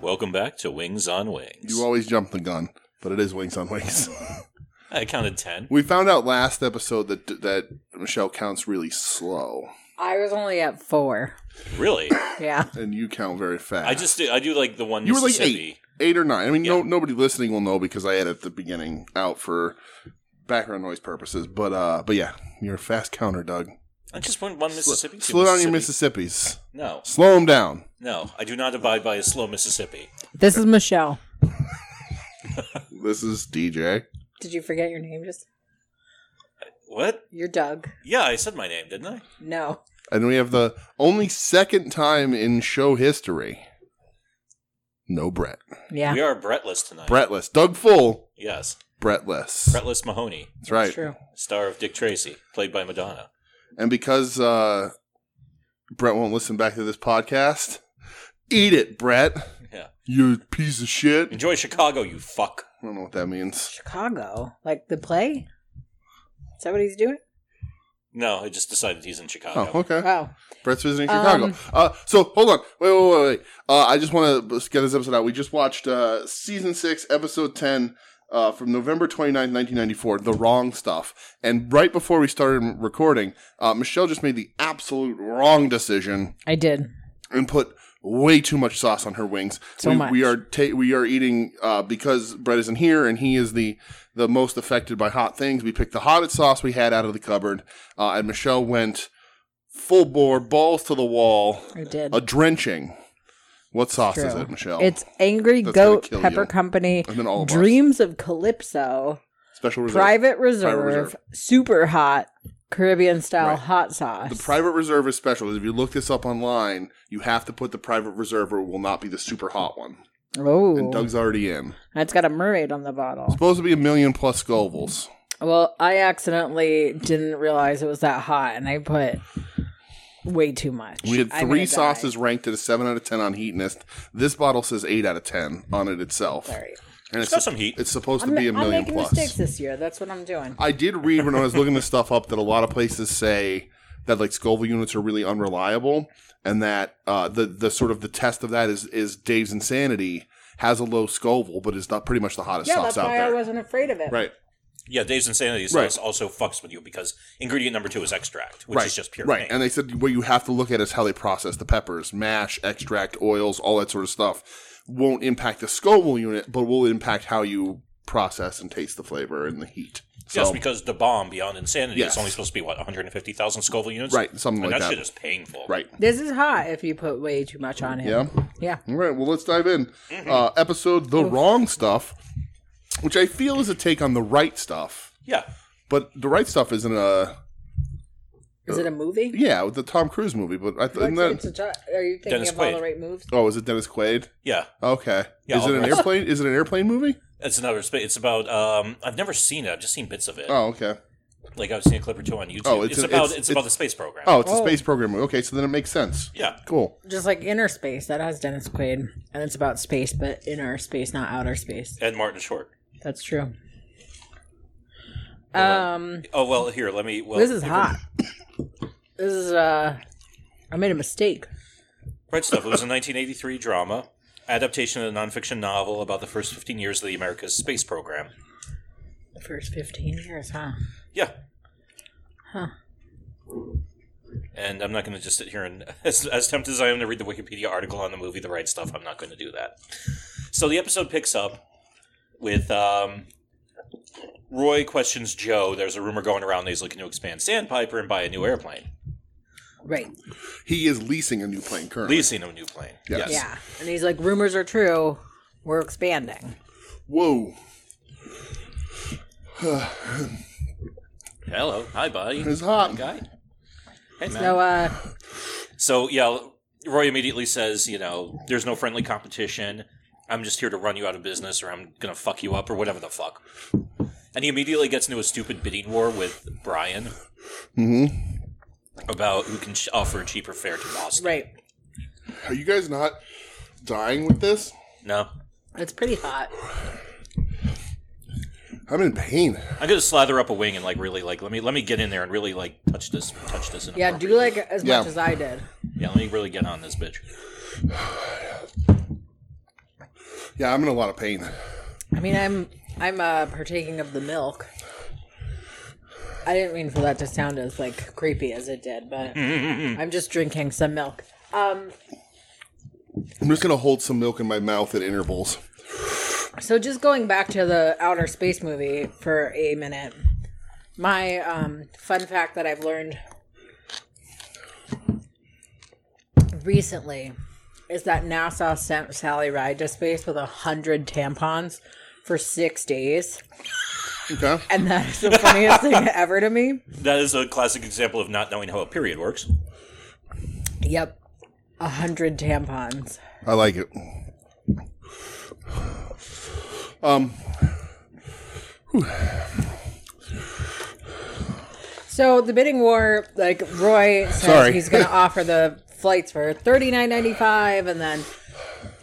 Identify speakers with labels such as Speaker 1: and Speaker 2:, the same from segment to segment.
Speaker 1: Welcome back to Wings on Wings.
Speaker 2: You always jump the gun, but it is Wings on Wings.
Speaker 1: I counted 10.
Speaker 2: we found out last episode that that Michelle counts really slow,
Speaker 3: I was only at four.
Speaker 1: Really?
Speaker 3: Yeah.
Speaker 2: and you count very fast.
Speaker 1: I just do, I do like the one
Speaker 2: You were like
Speaker 1: Mississippi.
Speaker 2: eight, eight or nine. I mean, no, nobody listening will know because I had at the beginning out for background noise purposes. But uh, but yeah, you're a fast counter, Doug.
Speaker 1: I just went one Mississippi. two
Speaker 2: Slow down your Mississippi's.
Speaker 1: No,
Speaker 2: Slow them down.
Speaker 1: no. I do not abide by a slow Mississippi.
Speaker 3: This is Michelle.
Speaker 2: This is DJ.
Speaker 3: Did you forget your name? Just
Speaker 1: What?
Speaker 3: you're Doug.
Speaker 1: Yeah, I said my name, didn't I?
Speaker 3: No.
Speaker 2: And we have the only second time in show history. No Brett.
Speaker 3: Yeah.
Speaker 1: We are Brettless tonight.
Speaker 2: Brettless. Doug Full.
Speaker 1: Yes.
Speaker 2: Brettless.
Speaker 1: Brettless Mahoney,
Speaker 2: That's right.
Speaker 3: True.
Speaker 1: star of Dick Tracy, played by Madonna.
Speaker 2: And because uh, Brett won't listen back to this podcast, eat it, Brett.
Speaker 1: Yeah.
Speaker 2: You piece of shit. I
Speaker 1: Enjoy Chicago, you fuck.
Speaker 2: don't know what that means.
Speaker 3: Chicago, like the play. Is that what he's doing?
Speaker 1: No, I just decided he's in Chicago.
Speaker 2: Oh, okay.
Speaker 3: Oh,
Speaker 2: Brett's visiting
Speaker 3: Um,
Speaker 2: Chicago. Uh, so hold on, wait, wait, wait, wait. Uh, I just want to get this episode out. We just watched uh, season six, episode ten, uh, from November 29th, nineteen ninety four. The wrong stuff. And right before we started recording, uh, Michelle just made the absolute wrong decision
Speaker 3: I did.
Speaker 2: and put way too much sauce on her wings.
Speaker 3: So
Speaker 2: we,
Speaker 3: much.
Speaker 2: we are ta- we are eating uh, because Brett isn't here and he is the the most affected by hot things. We picked the hottest sauce we had out of the cupboard, uh, and Michelle went full bore, balls to the wall,
Speaker 3: I did.
Speaker 2: a drenching. What sauce is
Speaker 3: True.
Speaker 2: it, Michelle?
Speaker 3: It's Angry
Speaker 2: That's gonna
Speaker 3: Goat
Speaker 2: kill
Speaker 3: Pepper
Speaker 2: you.
Speaker 3: Company,
Speaker 2: And then all of ours.
Speaker 3: Dreams of Calypso,
Speaker 2: special reserve.
Speaker 3: Private Reserve,
Speaker 2: Reserve.
Speaker 3: Super Hot, Caribbean style
Speaker 2: Right.
Speaker 3: hot sauce.
Speaker 2: the private reserve is special. If you look this up online, you have to put the private reserve, or it will not be the super hot one. And
Speaker 3: oh,
Speaker 2: Doug's already in.
Speaker 3: that's got a mermaid on the bottle.
Speaker 2: Supposed to be a million plus Scovilles.
Speaker 3: Well, I accidentally didn't realize it was that hot, and I put way too much.
Speaker 2: We had
Speaker 3: I'm
Speaker 2: three
Speaker 3: gonna die.
Speaker 2: sauces ranked at a seven out of ten on Heatonist. This bottle says eight out of ten on it itself,
Speaker 3: Sorry.
Speaker 2: and it's
Speaker 1: Got some heat.
Speaker 2: it's supposed
Speaker 3: I'm,
Speaker 2: to be a
Speaker 3: I'm
Speaker 2: 1000000
Speaker 3: making
Speaker 2: plus.
Speaker 3: mistakes this year. That's what I'm doing.
Speaker 2: I did read when I was looking this stuff up that a lot of places say that like Scoville units are really unreliable, and that uh, the the sort of the test of that is is Dave's insanity has a low Scoville, but is not pretty much the hottest
Speaker 3: yeah,
Speaker 2: sauce
Speaker 3: that's
Speaker 2: out
Speaker 3: why I
Speaker 2: there.
Speaker 3: wasn't afraid of it.
Speaker 2: right,
Speaker 1: Yeah, Dave's Insanity
Speaker 2: Right.
Speaker 1: sauce also fucks with you because ingredient number two is extract, which
Speaker 2: right,
Speaker 1: is just pure
Speaker 2: right.
Speaker 1: pain.
Speaker 2: And they said what you have to look at is how they process the peppers, mash, extract, oils, all that sort of stuff. Won't impact the Scoville unit, but will impact how you process and taste the flavor and the heat. So,
Speaker 1: Just because the bomb beyond insanity
Speaker 2: Yes.
Speaker 1: is only supposed to be what 150,000 Scoville units,
Speaker 2: Right, something
Speaker 1: And
Speaker 2: like
Speaker 1: that
Speaker 2: that.
Speaker 1: shit is painful,
Speaker 2: right.
Speaker 3: This is hot if you put way too much on it.
Speaker 2: Yeah.
Speaker 3: Yeah.
Speaker 2: All right, well, let's dive in.
Speaker 1: Mm-hmm.
Speaker 2: Uh, episode The Wrong Stuff, which I feel is a take on The Right Stuff,
Speaker 1: Yeah,
Speaker 2: but The Right Stuff isn't a.
Speaker 3: Is it a movie?
Speaker 2: Yeah, with the Tom Cruise movie, but I th- isn't
Speaker 3: What's-
Speaker 2: that.
Speaker 3: it's a jo- are you thinking
Speaker 1: Dennis
Speaker 3: of all
Speaker 1: Quaid.
Speaker 3: the right moves?
Speaker 2: Oh, is it Dennis Quaid?
Speaker 1: yeah.
Speaker 2: Okay.
Speaker 1: Yeah,
Speaker 2: is it
Speaker 1: all
Speaker 2: an
Speaker 1: right.
Speaker 2: airplane? Is it an airplane movie?
Speaker 1: It's another. sp- It's about. Um, I've never seen it. I've just seen bits of it.
Speaker 2: Oh, okay.
Speaker 1: Like I've seen a clip or two on YouTube.
Speaker 2: Oh,
Speaker 1: it's,
Speaker 2: it's a-
Speaker 1: about. It's,
Speaker 2: it's-
Speaker 1: about
Speaker 2: it's-
Speaker 1: the space program.
Speaker 2: Oh, it's a
Speaker 3: Oh.
Speaker 2: space program movie. Okay, so then it makes sense.
Speaker 1: yeah.
Speaker 2: Cool.
Speaker 3: Just like Inner Space, that has Dennis Quaid, and it's about space, but inner space, not outer space.
Speaker 1: And Martin Short.
Speaker 3: That's true. Um,
Speaker 1: Oh well, here let me. Well,
Speaker 3: this is hot. This is uh, I made a mistake.
Speaker 1: Right stuff. It was a 1983 drama adaptation of a nonfiction novel about the first 15 years of the America's space program.
Speaker 3: The first fifteen years, huh?
Speaker 1: Yeah.
Speaker 3: Huh.
Speaker 1: And I'm not going to just sit here and, as, as tempted as I am to read the Wikipedia article on the movie The Right Stuff, I'm not going to do that. So the episode picks up with um, Roy questions Joe. There's a rumor going around that he's looking to expand Sandpiper and buy a new airplane,
Speaker 3: Right.
Speaker 2: He is leasing a new plane currently.
Speaker 1: leasing a new plane.
Speaker 2: Yes.
Speaker 3: Yeah. And he's like, rumors are true. We're expanding.
Speaker 2: Whoa.
Speaker 1: Hello. Hi, buddy.
Speaker 2: It's hot.
Speaker 1: Guy. Hey, man.
Speaker 3: So, uh,
Speaker 1: So yeah, Roy immediately says, you know, there's no friendly competition. I'm just here to run you out of business, or I'm gonna fuck you up, or whatever the fuck. And he immediately gets into a stupid bidding war with Brian about who can sh- offer a cheaper fare to Boston.
Speaker 3: right.
Speaker 2: Are you guys not dying with this?
Speaker 1: No,
Speaker 3: It's pretty hot.
Speaker 2: I'm in pain.
Speaker 1: I'm gonna slather up a wing and like really like let me let me get in there and really like touch this touch this.
Speaker 3: Yeah, do like as
Speaker 2: Yeah.
Speaker 3: much as I did.
Speaker 1: yeah. Let me really get on this bitch.
Speaker 2: Yeah, I'm in a lot of pain.
Speaker 3: I mean, I'm I'm uh, partaking of the milk. I didn't mean for that to sound as like creepy as it did, but I'm just drinking some milk. Um,
Speaker 2: I'm just gonna hold some milk in my mouth at intervals.
Speaker 3: so just going back to the outer space movie for a minute. My um, fun fact that I've learned recently is that NASA sent Sally Ride to space with a hundred tampons for six days.
Speaker 2: Okay.
Speaker 3: And that is the funniest thing ever to me.
Speaker 1: That is a classic example of not knowing how a period works.
Speaker 3: Yep. A hundred tampons.
Speaker 2: I like it. Um,
Speaker 3: So the bidding war, like Roy says
Speaker 2: Sorry.
Speaker 3: he's gonna offer the flights for thirty nine ninety five and then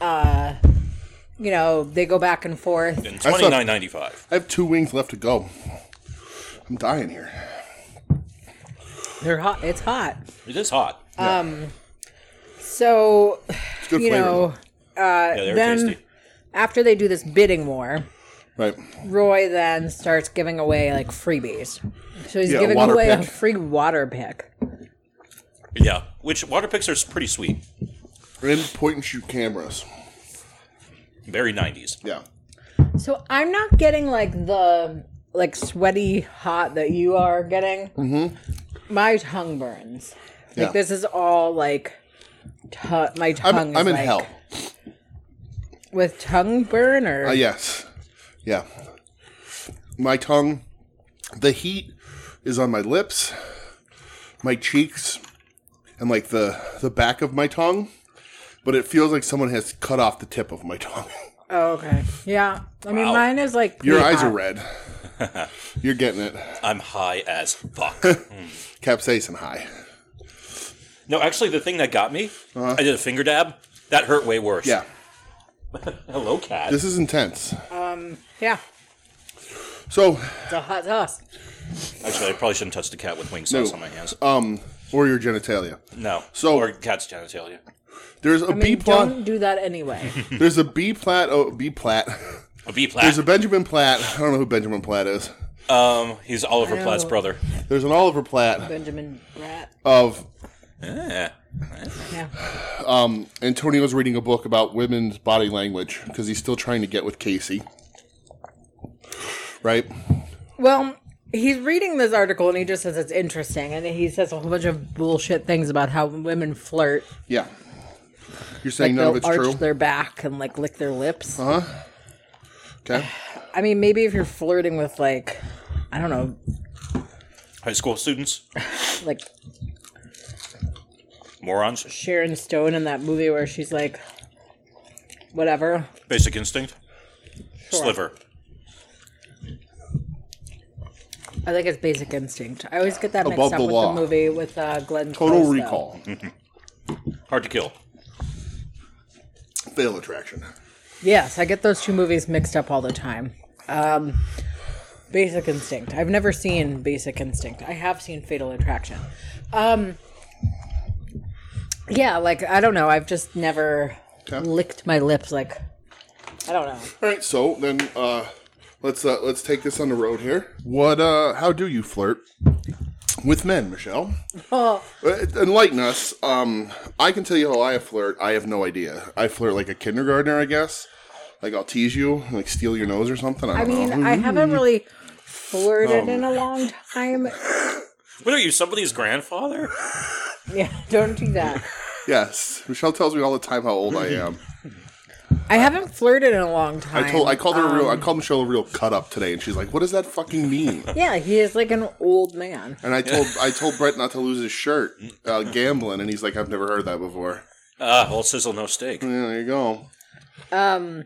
Speaker 3: uh you know, they go back and forth.
Speaker 1: In
Speaker 2: thought-
Speaker 1: twenty nine ninety five.
Speaker 2: I have two wings left to go. I'm dying here.
Speaker 3: They're hot it's hot.
Speaker 1: It is hot.
Speaker 3: Uh, So
Speaker 2: It's good
Speaker 3: you
Speaker 2: flavor.
Speaker 3: know,
Speaker 1: yeah, they're
Speaker 3: then-
Speaker 1: tasty.
Speaker 3: after they do this bidding war,
Speaker 2: Right.
Speaker 3: Roy then starts giving away like freebies. So he's
Speaker 2: Yeah, a
Speaker 3: giving
Speaker 2: water
Speaker 3: away a
Speaker 2: pick.
Speaker 3: free water pick.
Speaker 1: Yeah, which water picks are pretty sweet.
Speaker 2: And point and shoot cameras.
Speaker 1: Very nineties.
Speaker 2: Yeah.
Speaker 3: So I'm not getting like the like sweaty hot that you are getting. Mm-hmm. My tongue burns. Like
Speaker 2: Yeah.
Speaker 3: this is all like tu- my
Speaker 2: I'm,
Speaker 3: tongue. is,
Speaker 2: I'm in
Speaker 3: like-
Speaker 2: hell.
Speaker 3: with tongue burn or
Speaker 2: Uh, yes. Yeah. My tongue, the heat is on my lips, my cheeks, and like the the back of my tongue, but it feels like someone has cut off the tip of my tongue.
Speaker 3: oh, okay, yeah. I mean,
Speaker 1: Wow.
Speaker 3: mine is like
Speaker 2: Your
Speaker 3: pretty
Speaker 2: eyes are
Speaker 3: hot.
Speaker 2: red. You're getting it.
Speaker 1: I'm high as fuck.
Speaker 2: Capsaicin high.
Speaker 1: no, actually, the thing that got me, I did a finger dab. That hurt way worse.
Speaker 2: Uh-huh. Yeah.
Speaker 1: Hello, cat.
Speaker 2: This is intense.
Speaker 3: Yeah,
Speaker 2: So,
Speaker 3: it's a hot sauce.
Speaker 1: actually, I probably shouldn't touch the cat with wing sauce on my hands.
Speaker 2: um, or your genitalia.
Speaker 1: no.
Speaker 2: so-
Speaker 1: or cat's genitalia.
Speaker 2: There's a
Speaker 3: I mean,
Speaker 2: plot.
Speaker 3: don't do that anyway.
Speaker 2: There's a B plat. Oh, B plat.
Speaker 1: A B
Speaker 2: There's
Speaker 1: Platt.
Speaker 2: a Benjamin Platt. I don't know who Benjamin Platt is.
Speaker 1: um, he's Oliver Platt's
Speaker 3: know.
Speaker 1: brother.
Speaker 2: There's an Oliver Platt
Speaker 3: Benjamin Bratt.
Speaker 2: of
Speaker 1: Yeah.
Speaker 3: Yeah,
Speaker 2: Antonio's reading a book about women's body language because he's still trying to get with Casey. Right?
Speaker 3: Well, he's reading this article and he just says it's interesting, and he says a whole bunch of bullshit things about how women flirt.
Speaker 2: Yeah. You're saying none of
Speaker 3: They'll
Speaker 2: it's
Speaker 3: arch
Speaker 2: true? Uh-huh.
Speaker 3: their back and like lick their lips.
Speaker 2: okay.
Speaker 3: I mean, maybe if you're flirting with like, I don't know,
Speaker 1: High school students.
Speaker 3: like
Speaker 1: Morons.
Speaker 3: Sharon Stone in that movie where she's like, whatever.
Speaker 1: Basic instinct.
Speaker 3: Sure.
Speaker 1: Sliver.
Speaker 3: I think it's Basic Instinct. I always get that mixed
Speaker 2: Above
Speaker 3: up
Speaker 2: the
Speaker 3: with
Speaker 2: law.
Speaker 3: the movie with uh, Glenn.
Speaker 2: Total
Speaker 3: Close, though.
Speaker 2: recall.
Speaker 1: Hard to kill.
Speaker 2: Fail attraction.
Speaker 3: Yes, I get those two movies mixed up all the time. Um, Basic Instinct. I've never seen Basic Instinct. I have seen Fatal Attraction. Um, yeah, like I don't know. I've just never
Speaker 2: Okay.
Speaker 3: licked my lips. Like I don't know.
Speaker 2: All right, so then uh, let's uh, let's take this on the road here. What? Uh, how do you flirt with men, Michelle?
Speaker 3: Oh,
Speaker 2: Uh, Enlighten us. Um, I can tell you how I flirt. I have no idea. I flirt like a kindergartner, I guess. Like I'll tease you, like steal your nose or something. I
Speaker 3: I
Speaker 2: don't
Speaker 3: mean,
Speaker 2: know.
Speaker 3: I haven't really flirted
Speaker 2: Um.
Speaker 3: in a long time.
Speaker 1: What are you, somebody's grandfather?
Speaker 3: Yeah, don't do that.
Speaker 2: Yes, Michelle tells me all the time how old I am.
Speaker 3: I haven't flirted in a long time.
Speaker 2: I told I called her a
Speaker 1: um,
Speaker 2: real. I called Michelle a real cut up today, and she's like, "What does that fucking mean?"
Speaker 3: yeah, he is like an old man.
Speaker 2: And I told I told Brett not to lose his shirt uh, gambling, and he's like, "I've never heard that before."
Speaker 1: Ah, all sizzle, no steak.
Speaker 2: Yeah, there you go.
Speaker 3: Um.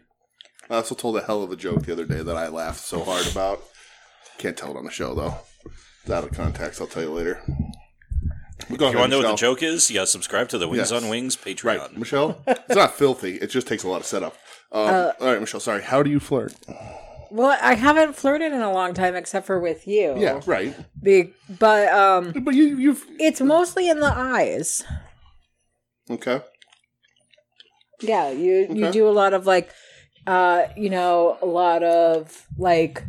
Speaker 2: I also told a hell of a joke the other day that I laughed so hard about. Can't tell it on the show though. It's out of context. I'll tell you later. But go
Speaker 1: You
Speaker 2: ahead,
Speaker 1: want to know what the
Speaker 2: Michelle.
Speaker 1: joke is? Yeah, subscribe to the Wings
Speaker 2: Yes.
Speaker 1: on Wings Patreon.
Speaker 2: Right, Michelle. It's not filthy. It just takes a lot of setup. Um, all right, Michelle. Sorry. How do you flirt?
Speaker 3: Well, I haven't flirted in a long time except for with you.
Speaker 1: Oh.
Speaker 2: Yeah, right.
Speaker 3: Be- but um
Speaker 2: But you, you've
Speaker 3: it's mostly in the eyes.
Speaker 2: okay.
Speaker 3: Yeah, you you
Speaker 2: Okay.
Speaker 3: do a lot of like uh, you know, a lot of like,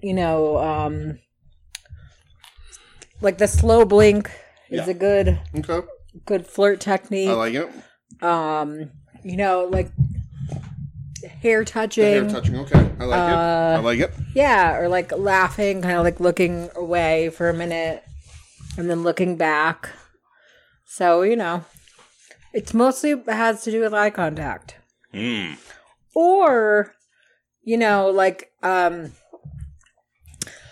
Speaker 3: you know, um, like the slow blink is
Speaker 2: Yeah.
Speaker 3: a good
Speaker 2: Okay.
Speaker 3: good flirt technique.
Speaker 2: I like it.
Speaker 3: um, you know, like hair touching,
Speaker 2: Hair touching. Okay. I like it.
Speaker 3: Uh,
Speaker 2: I like it.
Speaker 3: yeah, or like laughing, kind of like looking away for a minute and then looking back. So you know, it's mostly has to do with eye contact.
Speaker 1: Mm.
Speaker 3: or you know like um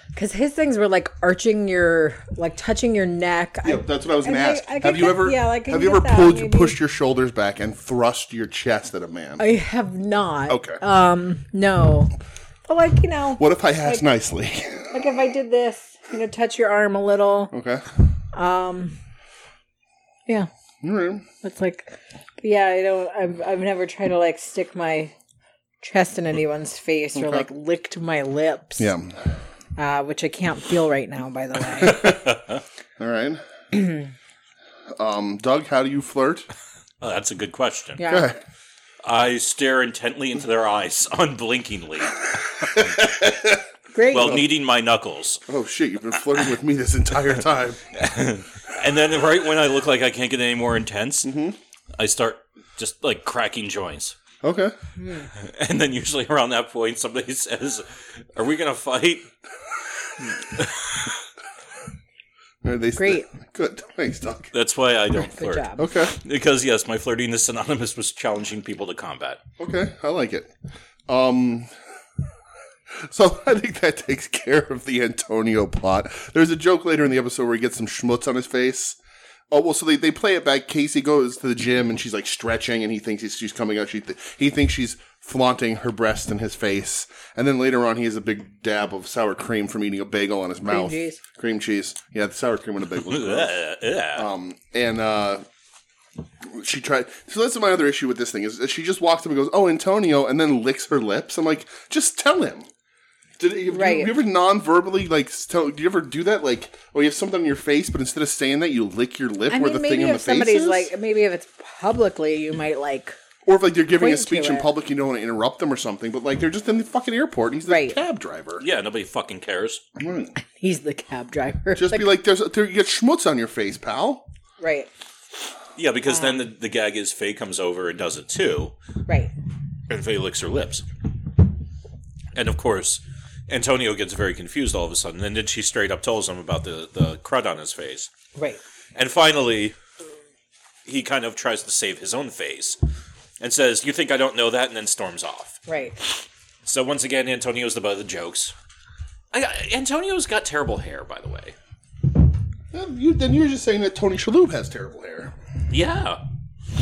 Speaker 3: because his things were like arching your like touching your neck I-
Speaker 2: Yep, that's what I was going to
Speaker 3: And I-
Speaker 2: ask.
Speaker 3: I can
Speaker 2: have you
Speaker 3: get-
Speaker 2: ever
Speaker 3: yeah, I can
Speaker 2: have you
Speaker 3: get
Speaker 2: ever
Speaker 3: that,
Speaker 2: pulled
Speaker 3: maybe.
Speaker 2: pushed your shoulders back and thrust your chest at a man?
Speaker 3: I, have not
Speaker 2: Okay.
Speaker 3: um no but like you know
Speaker 2: what if I asked nicely?
Speaker 3: like if i did this you know touch your arm a little
Speaker 2: okay.
Speaker 3: um yeah
Speaker 2: All right.
Speaker 3: it's like yeah i don't i've, I've never tried to like stick my chest in anyone's face or like licked my lips
Speaker 2: Yeah.
Speaker 3: uh, which i can't feel right now by the way
Speaker 2: All right. um, Doug, how do you flirt?
Speaker 1: Oh, that's a good question.
Speaker 3: yeah
Speaker 2: Okay.
Speaker 1: I stare intently into their eyes, unblinkingly,
Speaker 3: great
Speaker 1: while kneading my knuckles.
Speaker 2: Oh shit! You've been flirting with me this entire time.
Speaker 1: And then, right when I look like I can't get any more intense,
Speaker 3: Mm-hmm.
Speaker 1: I start just like cracking joints.
Speaker 2: Okay.
Speaker 1: And then, usually around that point, somebody says, Are we going to fight?
Speaker 2: Are they
Speaker 3: Great.
Speaker 2: Good. Thanks, Doug.
Speaker 1: That's why I don't
Speaker 3: good
Speaker 1: flirt.
Speaker 3: job
Speaker 2: Okay.
Speaker 1: Because, yes, my flirting is synonymous with challenging people to combat.
Speaker 2: Okay. I like it. Um. So I think that takes care of the Antonio plot. There's a joke later in the episode where he gets some schmutz on his face. Oh well, so they, they play it back. Casey goes to the gym and she's like stretching, and he thinks he's, she's coming out. She th- he thinks she's flaunting her breast in his face, and then later on he has a big dab of sour cream from eating a bagel on his mouth.
Speaker 3: cheese.
Speaker 2: Cream cheese. Yeah, the sour cream on a bagel. is gross.
Speaker 1: Uh, yeah.
Speaker 2: Um, and uh, she tried. So that's my other issue with this thing is that she just walks up and goes, "Oh, Antonio," and then licks her lips. I'm like, just tell him. Did you,
Speaker 3: Right.
Speaker 2: you, you ever non-verbally like tell? Do you ever do that? Like, oh, you have something on your face, but instead of saying that, you lick your lip
Speaker 3: I
Speaker 2: where
Speaker 3: mean,
Speaker 2: the
Speaker 3: maybe
Speaker 2: thing in the
Speaker 3: if
Speaker 2: face
Speaker 3: somebody's
Speaker 2: is?
Speaker 3: like, maybe if it's publicly, you might like,
Speaker 2: or if like they're giving a
Speaker 3: point to
Speaker 2: speech in
Speaker 3: it.
Speaker 2: public, you don't want to interrupt them or something. But like they're just in the fucking airport. And he's the
Speaker 3: Right.
Speaker 2: cab driver.
Speaker 1: yeah, nobody fucking cares.
Speaker 2: Right.
Speaker 3: he's the cab driver.
Speaker 2: Just be like, "There's there, you get schmutz on your face, pal."
Speaker 3: right,
Speaker 1: Yeah, because then
Speaker 3: Um.
Speaker 1: the, the gag is Faye comes over and does it too,
Speaker 3: right.
Speaker 1: and Faye licks her lips. And of course, Antonio gets very confused all of a sudden, and then she straight up tells him about the, the crud on his face.
Speaker 3: Right.
Speaker 1: And finally, he kind of tries to save his own face and says, You think I don't know that? And then storms off.
Speaker 3: Right.
Speaker 1: So once again, Antonio's the butt of the jokes. I, Antonio's got terrible hair, by the way.
Speaker 2: Yeah, you, then you're just saying that Tony Shalhoub has terrible hair.
Speaker 1: Yeah.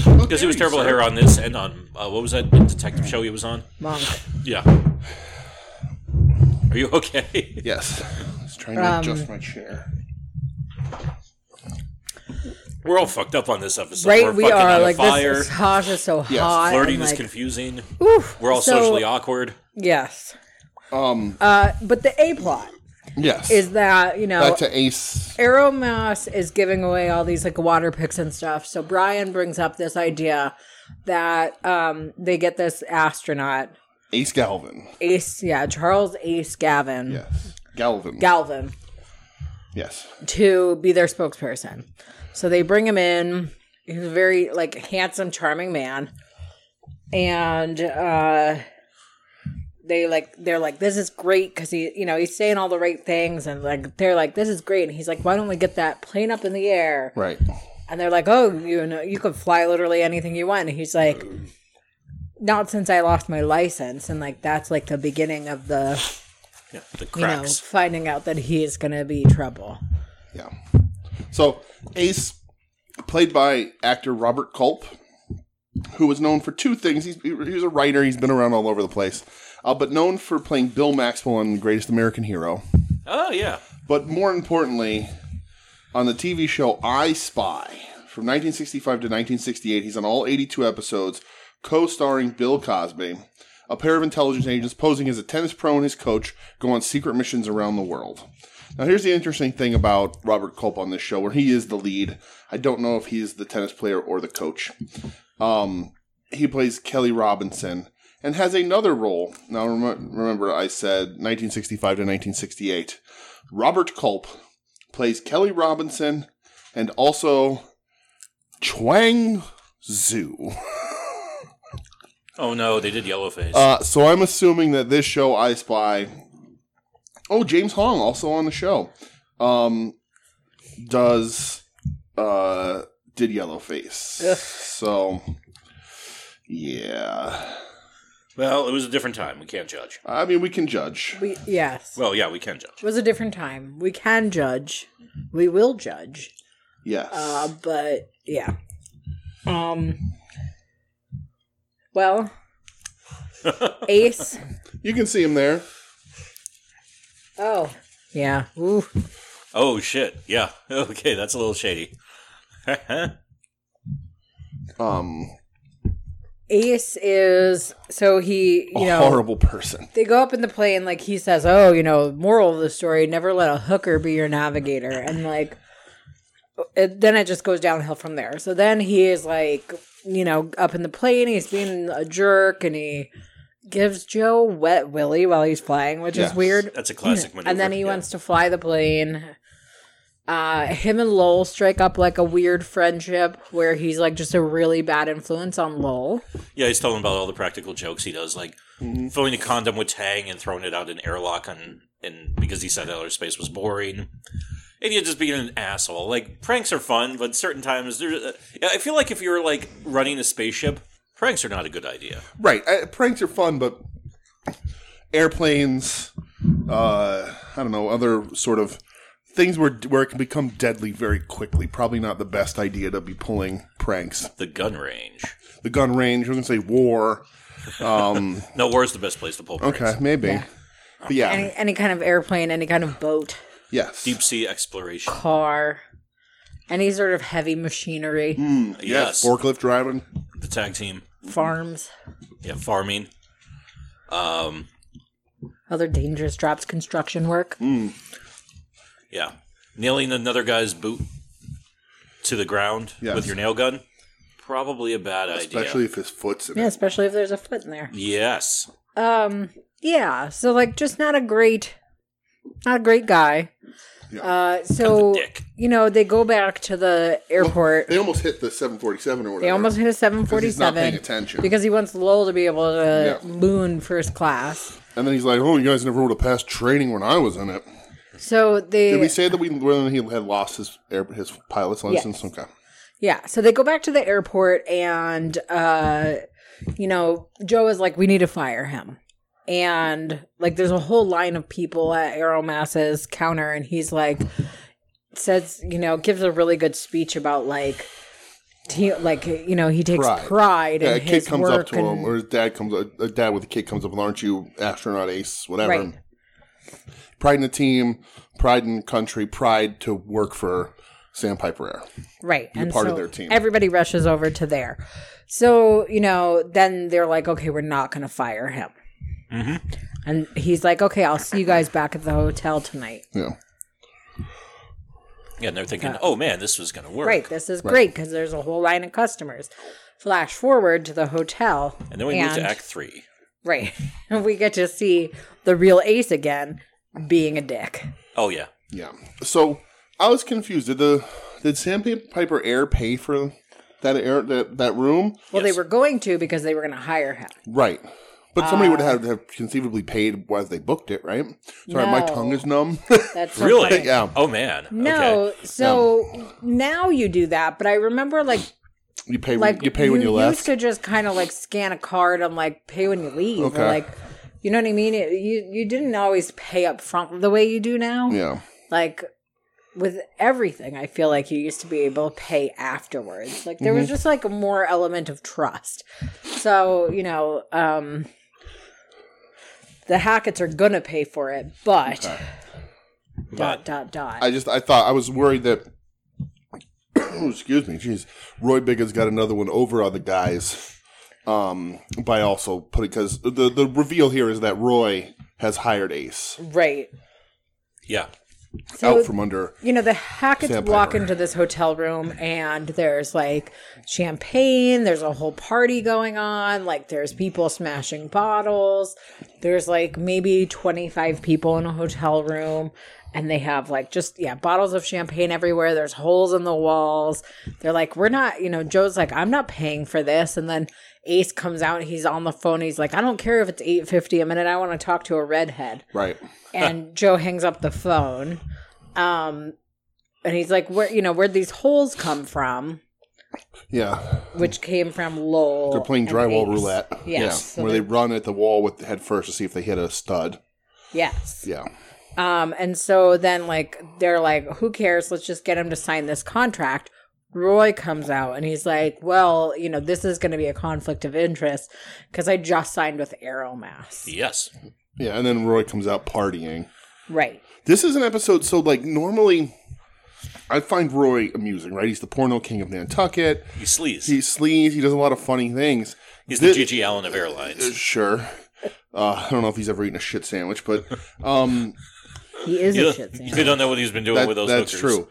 Speaker 2: Because
Speaker 1: Because he was terrible hair on this and on, uh, what was that detective show he was on?
Speaker 3: Monk.
Speaker 1: Yeah. Are you okay?
Speaker 2: Yes. I was trying to
Speaker 3: Um,
Speaker 2: adjust my chair.
Speaker 1: We're all fucked up on this episode. We're
Speaker 3: Right, we
Speaker 1: fucking
Speaker 3: are
Speaker 1: on
Speaker 3: like
Speaker 1: fire.
Speaker 3: this. Is, Tosh is so
Speaker 2: Yes,
Speaker 3: hot.
Speaker 1: Flirting
Speaker 3: and,
Speaker 1: is
Speaker 3: like,
Speaker 1: confusing.
Speaker 3: oof.
Speaker 1: We're all
Speaker 3: So,
Speaker 1: socially awkward.
Speaker 3: Yes,
Speaker 2: Um,
Speaker 3: uh, but the a plot
Speaker 2: yes.
Speaker 3: is that you know
Speaker 2: Back to Ace.
Speaker 3: Aeromass is giving away all these like water picks and stuff. So Brian brings up this idea that um, they get this astronaut
Speaker 2: Ace Galvin.
Speaker 3: Ace, yeah, Charles Ace Gavin
Speaker 2: Yes. Galvin.
Speaker 3: Galvin
Speaker 2: yes.
Speaker 3: to be their spokesperson. So they bring him in. He's a very like handsome, charming man, and uh, they like they're like this is great because he you know he's saying all the right things and like they're like this is great and he's like why don't we get that plane up in the air
Speaker 2: Right.
Speaker 3: and they're like oh you know you could fly literally anything you want and he's like not since I lost my license and like that's like the beginning of the
Speaker 1: Yeah, the
Speaker 3: you know
Speaker 1: cracks.
Speaker 3: finding out that he is gonna be trouble
Speaker 2: Yeah. So Ace, played by actor Robert Culp, who was known for two things. He's, he was a writer. He's been around all over the place, uh, but known for playing Bill Maxwell on Greatest American Hero.
Speaker 1: Oh, yeah.
Speaker 2: But more importantly, on the TV show I Spy from 1965 to 1968, he's on all 82 episodes, co starring Bill Cosby. A pair of intelligence agents posing as a tennis pro and his coach go on secret missions around the world. Now, here's the interesting thing about Robert Culp on this show, where he is the lead. I don't know if he's the tennis player or the coach. Um, he plays Kelly Robinson, and has another role. Now, rem- remember, I said 1965 to 1968. Robert Culp plays Kelly Robinson and also Chuang Zhu.
Speaker 1: Oh no, they did Yellowface.
Speaker 2: Uh, so I'm assuming that this show, I Spy. Oh, James Hong also on the show. Um, does uh did Yellowface?
Speaker 3: Ugh.
Speaker 2: So yeah,
Speaker 1: well, it was a different time. We can't judge.
Speaker 2: I mean we can judge.
Speaker 3: We yes.
Speaker 1: Well, yeah, we can judge.
Speaker 3: it was a different time. We can judge. We will judge.
Speaker 2: Yes.
Speaker 3: Uh, but yeah. Um. Well, Ace.
Speaker 2: you can see him there.
Speaker 3: Oh, yeah. Ooh.
Speaker 1: Oh shit. Yeah. Okay, that's a little shady.
Speaker 2: Um,
Speaker 3: Ace is so he.
Speaker 2: a
Speaker 3: You know,
Speaker 2: horrible person.
Speaker 3: they go up in the plane like he says oh you know moral of the story never let a hooker be your navigator and like it, then it just goes downhill from there so then he is like you know up in the plane he's being a jerk and he gives joe wet willy while he's flying which
Speaker 2: Yes.
Speaker 3: is weird
Speaker 1: that's a classic maneuver.
Speaker 3: and then he
Speaker 1: yeah.
Speaker 3: wants to fly the plane uh him and lowell strike up like a weird friendship where he's like just a really bad influence on lowell
Speaker 1: Yeah, he's telling about all the practical jokes he does, like
Speaker 2: Mm-hmm.
Speaker 1: filling a condom with Tang and throwing it out an airlock on, and because he said outer space was boring. And you just being an asshole. Like pranks are fun, but certain times there. Uh, yeah, I feel like if you're like running a spaceship, pranks are not a good idea.
Speaker 2: Right. Uh pranks are fun, but airplanes, uh, I don't know, other sort of things where where it can become deadly very quickly. Probably not the best idea to be pulling pranks.
Speaker 1: The gun range.
Speaker 2: The gun range. We're gonna say war.
Speaker 1: No, where's the best place to pull pranks?
Speaker 2: Okay, maybe. But yeah.
Speaker 3: any, any kind of airplane any kind of boat
Speaker 2: yes.
Speaker 1: Deep sea exploration.
Speaker 3: car, any sort of heavy machinery,
Speaker 2: Mm.
Speaker 1: yes.
Speaker 2: Forklift driving.
Speaker 1: the tag team.
Speaker 3: farms,
Speaker 1: Yeah, farming. Um.
Speaker 3: other dangerous jobs, construction work.
Speaker 2: Mm.
Speaker 1: Yeah, nailing another guy's boot to the ground
Speaker 2: Yes.
Speaker 1: with your nail gun probably a bad idea.
Speaker 2: Especially if his foot's in
Speaker 3: Yeah,
Speaker 2: it.
Speaker 3: especially if there's a foot in there.
Speaker 1: Yes.
Speaker 3: Um, yeah, so like just not a great, not a great guy. Uh, so
Speaker 1: dick.
Speaker 3: you know they go back to the airport.
Speaker 2: They almost hit the 747 or whatever.
Speaker 3: They almost hit a seven forty
Speaker 2: He's not paying
Speaker 3: seven
Speaker 2: attention.
Speaker 3: because he wants Lowell to be able to
Speaker 2: Yeah.
Speaker 3: moon first class.
Speaker 2: and then he's like, "Oh, you guys never would have passed training when I was in it."
Speaker 3: So they
Speaker 2: Did we say that we when he had lost his air, his pilot's license? Okay.
Speaker 3: Yeah, so they go back to the airport and uh you know, Joe is like we need to fire him. And like there's a whole line of people at Aeromass's counter and he's like says, you know, gives a really good speech about like he, like you know, he takes
Speaker 2: Pride.
Speaker 3: pride,
Speaker 2: Yeah,
Speaker 3: in
Speaker 2: a
Speaker 3: his
Speaker 2: kid comes
Speaker 3: work
Speaker 2: up to
Speaker 3: and,
Speaker 2: him, or his dad comes. A, a dad with a kid comes up, and aren't you astronaut ace? Whatever.
Speaker 3: Right.
Speaker 2: Pride in the team, pride in country, pride to work for Sandpiper Air.
Speaker 3: right and
Speaker 2: part of
Speaker 3: so
Speaker 2: their team.
Speaker 3: everybody rushes over to there so you know then they're like okay we're not gonna fire him
Speaker 1: Mm-hmm.
Speaker 3: and he's like okay i'll see you guys back at the hotel tonight
Speaker 2: Yeah.
Speaker 1: Yeah, and they're thinking, oh man, this was going to work.
Speaker 3: great this is great because there's a whole line of customers flash forward to the hotel
Speaker 1: And then we move to Act Three.
Speaker 3: right and we get to see the real ace again being a dick
Speaker 1: Oh yeah,
Speaker 2: Yeah. So I was confused. Did the did Sandpiper Air pay for that air that, that room?
Speaker 3: well they were going to because they were going to hire him
Speaker 2: Right. But somebody would have, have conceivably paid as they booked it, right? Sorry, my
Speaker 3: No.
Speaker 2: tongue is numb.
Speaker 3: that's so
Speaker 1: really?
Speaker 3: funny.
Speaker 2: Yeah.
Speaker 1: Oh man.
Speaker 3: no
Speaker 1: Okay.
Speaker 3: so now you do that but i remember like
Speaker 2: you pay
Speaker 3: like
Speaker 2: you pay when you
Speaker 3: used
Speaker 2: left.
Speaker 3: to just kind of like scan a card and like pay when you leave,
Speaker 2: Okay.
Speaker 3: or like you know what I mean. It- you you didn't always pay up front the way you do now.
Speaker 2: yeah.
Speaker 3: Like with everything, I feel like you used to be able to pay afterwards. Like there was
Speaker 2: Mm-hmm.
Speaker 3: just like a more element of trust. So you know, um the Hackett's are gonna pay for it, but dot dot dot.
Speaker 2: I just I thought I was worried that excuse me, jeez, Roy Bigga's got another one over on the guys. Um, by also putting because the the reveal here is that Roy has hired Ace.
Speaker 3: right.
Speaker 1: Yeah.
Speaker 2: out from under.
Speaker 3: you know the Hackett's
Speaker 2: Sandpiper.
Speaker 3: walk into this hotel room and there's like champagne. There's a whole party going on. Like there's people smashing bottles. There's like maybe 25 people in a hotel room, and they have like just yeah bottles of champagne everywhere. There's holes in the walls. They're like we're not you know Joe's like I'm not paying for this, and then Ace comes out. He's on the phone. He's like I don't care if it's 8:50 a minute. I want to talk to a redhead
Speaker 2: Right.
Speaker 3: and Joe hangs up the phone. Um, and he's like, "Where you know where'd these holes come from?
Speaker 2: Yeah.
Speaker 3: Which came from Lowell?
Speaker 2: They're playing
Speaker 3: and
Speaker 2: drywall
Speaker 3: Ace."
Speaker 2: roulette.
Speaker 3: Yes.
Speaker 2: Yeah.
Speaker 3: So
Speaker 2: where they
Speaker 3: they-
Speaker 2: run at the wall with head first to see if they hit a stud.
Speaker 3: Yes.
Speaker 2: Yeah.
Speaker 3: Um, and so then like they're like, "Who cares? Let's just get him to sign this contract." Roy comes out and he's like, "Well, you know this is going to be a conflict of interest because I just signed with Aeromass,
Speaker 1: Yes.
Speaker 2: Yeah. And then Roy comes out partying.
Speaker 3: right?"
Speaker 2: This is an episode, so like normally I find Roy amusing, right? He's the porno king of Nantucket.
Speaker 1: He sleaze.
Speaker 2: He sleaze. He does a lot of funny things.
Speaker 1: He's
Speaker 2: Thi-
Speaker 1: the Gigi Allen of airlines.
Speaker 2: Sure. Uh, I don't know if he's ever eaten a shit sandwich, but um,
Speaker 3: He is
Speaker 1: You
Speaker 3: a shit
Speaker 1: don't,
Speaker 3: sandwich.
Speaker 1: you don't know what he's been doing
Speaker 2: that-
Speaker 1: with those
Speaker 2: that's
Speaker 1: hookers.
Speaker 2: true.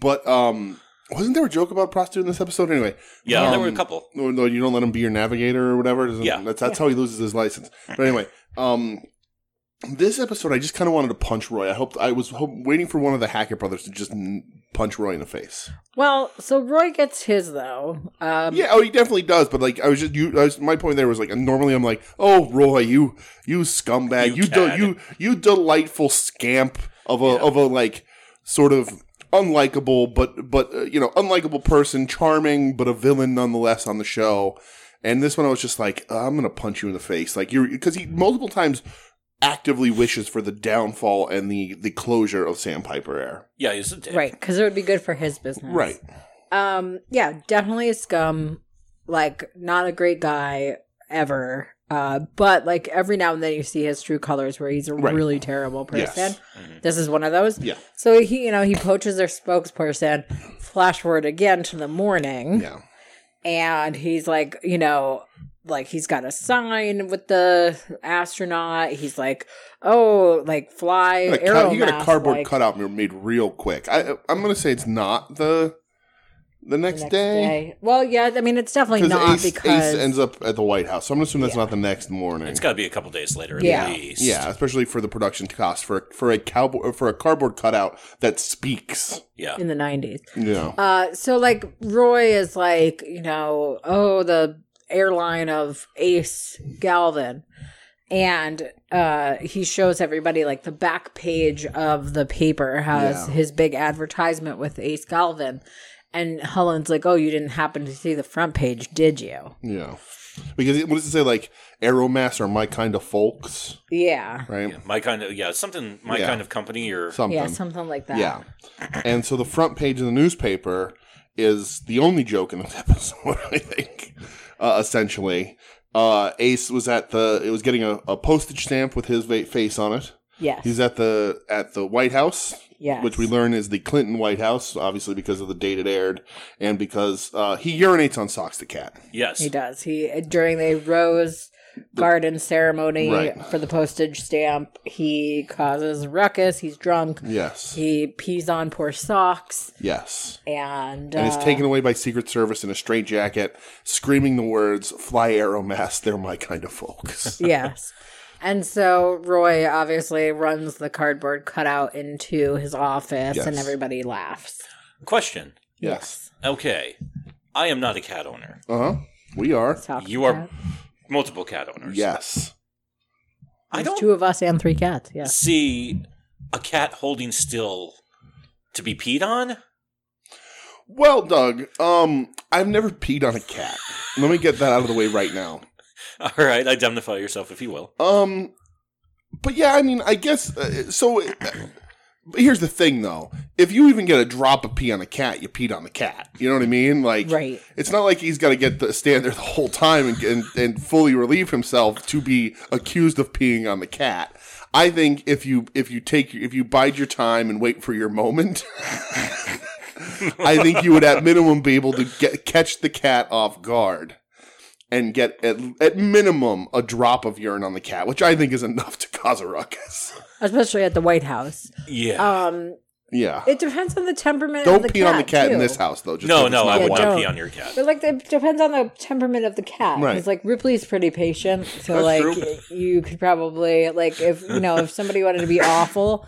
Speaker 2: But um, wasn't there a joke about a prostitute in this episode anyway?
Speaker 1: Yeah, there were a
Speaker 2: Um,
Speaker 1: couple.
Speaker 2: No, no, you don't let him be your navigator or whatever. Doesn't-
Speaker 1: Yeah.
Speaker 2: that's that's how he loses his license. But anyway, um, this episode I just kind of wanted to punch Roy. I hoped I was hope, waiting for one of the Hackett brothers to just n- punch Roy in the face.
Speaker 3: Well, so Roy gets his though. Um,
Speaker 2: Yeah, oh, he definitely does. But like, I was just you. I was, my point there was like, normally I'm like, oh, Roy, you you scumbag,
Speaker 1: You
Speaker 2: you do,
Speaker 1: cad.
Speaker 2: you you delightful scamp of a of a like sort of unlikable but but uh, you know unlikable person, charming but a villain nonetheless on the show. And this one, I was just like, "Uh, I'm gonna punch you in the face, like you're because he multiple times actively wishes for the downfall and the the closure of Sandpiper Air.
Speaker 1: Yeah, he's a dick.
Speaker 3: Right, because it would be good for his business.
Speaker 2: Right.
Speaker 3: Um, yeah, definitely a scum. Like, not a great guy ever. Uh, but like every now and then you see his true colors where he's a
Speaker 2: Right.
Speaker 3: really terrible
Speaker 2: Yes. Mm-hmm.
Speaker 3: person. This is one of those.
Speaker 2: Yeah.
Speaker 3: So he, you know, he poaches their spokesperson. Flash forward again to the morning,
Speaker 2: Yeah.
Speaker 3: and he's like, you know, like he's got a sign with the astronaut. He's like, oh, like fly
Speaker 2: He got a cut-
Speaker 3: arrow.
Speaker 2: he got a
Speaker 3: mask,
Speaker 2: cardboard
Speaker 3: like,
Speaker 2: cutout made real quick. I, I'm going to say it's not the the next,
Speaker 3: next
Speaker 2: day.
Speaker 3: Well, yeah, I mean, it's definitely not
Speaker 2: Ace,
Speaker 3: because
Speaker 2: Ace ends up at the White House, so I'm going to assume that's not the next morning.
Speaker 1: It's got to be a couple days later at
Speaker 3: Yeah.
Speaker 1: least.
Speaker 2: yeah, especially for the production cost for for a cowboy for a cardboard cutout that speaks.
Speaker 1: Yeah.
Speaker 3: in the 90s.
Speaker 2: You know,
Speaker 3: Uh, so like Roy is like, you know, oh, the airline of Ace Galvin. And uh, he shows everybody like the back page of the paper has
Speaker 2: Yeah.
Speaker 3: his big advertisement with Ace Galvin. And Helen's like, oh, you didn't happen to see the front page, did you?
Speaker 2: yeah. Because it, what does it say? Like Aeromass or my kind of folks,
Speaker 3: Yeah.
Speaker 2: right?
Speaker 1: Yeah, My kind of yeah, something my
Speaker 2: Yeah.
Speaker 1: kind of company or
Speaker 2: Something.
Speaker 3: Yeah, something like that.
Speaker 2: Yeah. And so the front page of the newspaper is the only joke in this episode, I think, uh, essentially. Uh, Ace was at the, it was getting a, a postage stamp with his va- face on it.
Speaker 3: Yes.
Speaker 2: He's at the, at the White House,
Speaker 3: yes.
Speaker 2: which we learn is the Clinton White House, obviously because of the date it aired and because, uh, he urinates on Socks the Cat.
Speaker 1: yes.
Speaker 3: He does. He during the rose garden ceremony
Speaker 2: Right.
Speaker 3: for the postage stamp, he causes ruckus. He's drunk.
Speaker 2: Yes.
Speaker 3: He pees on poor socks,
Speaker 2: Yes. And
Speaker 3: and, uh,
Speaker 2: is taken away by Secret Service in a straitjacket, screaming the words, Fly Arrow Mass, they're my kind of folks.
Speaker 3: yes. And so Roy obviously runs the cardboard cutout into his office, and
Speaker 2: Yes.
Speaker 3: everybody laughs.
Speaker 1: Question.
Speaker 2: yes.
Speaker 1: Okay. I am not a cat owner.
Speaker 2: Uh huh. We are.
Speaker 3: Talk
Speaker 1: You are multiple cat owners.
Speaker 2: Yes.
Speaker 1: I
Speaker 3: There's
Speaker 1: don't
Speaker 3: two of us and three cats. Yes.
Speaker 1: see a cat holding still to be peed on.
Speaker 2: Well, Doug, um, I've never peed on a cat. Let me get that out of the way right now.
Speaker 1: All right, identify yourself if you will.
Speaker 2: Um, but yeah, I mean, I guess uh, so. Uh, but here's the thing, though: if you even get a drop of pee on a cat, you peed on the cat. You know what I mean? Like,
Speaker 3: Right.
Speaker 2: It's not like he's got to get the, stand there the whole time and, and and fully relieve himself to be accused of peeing on the cat. I think if you if you take if you bide your time and wait for your moment. I think you would at minimum be able to get, catch the cat off guard. and get at, at minimum a drop of urine on the cat, which I think is enough to cause a ruckus.
Speaker 3: especially at the White House.
Speaker 1: Yeah.
Speaker 3: Um,
Speaker 2: yeah.
Speaker 3: it depends on the temperament. of
Speaker 2: Don't
Speaker 3: the
Speaker 2: pee
Speaker 3: cat,
Speaker 2: on the cat in
Speaker 3: too.
Speaker 2: this house, though. Just
Speaker 1: no,
Speaker 2: because
Speaker 1: no,
Speaker 2: it's
Speaker 1: I
Speaker 2: not
Speaker 1: want to
Speaker 3: don't.
Speaker 1: pee on your cat.
Speaker 3: But like, it depends on the temperament of the cat.
Speaker 2: Right.
Speaker 3: It's like Ripley's pretty patient, so
Speaker 2: That's
Speaker 3: like
Speaker 2: true.
Speaker 3: you could probably like if you know if somebody wanted to be awful,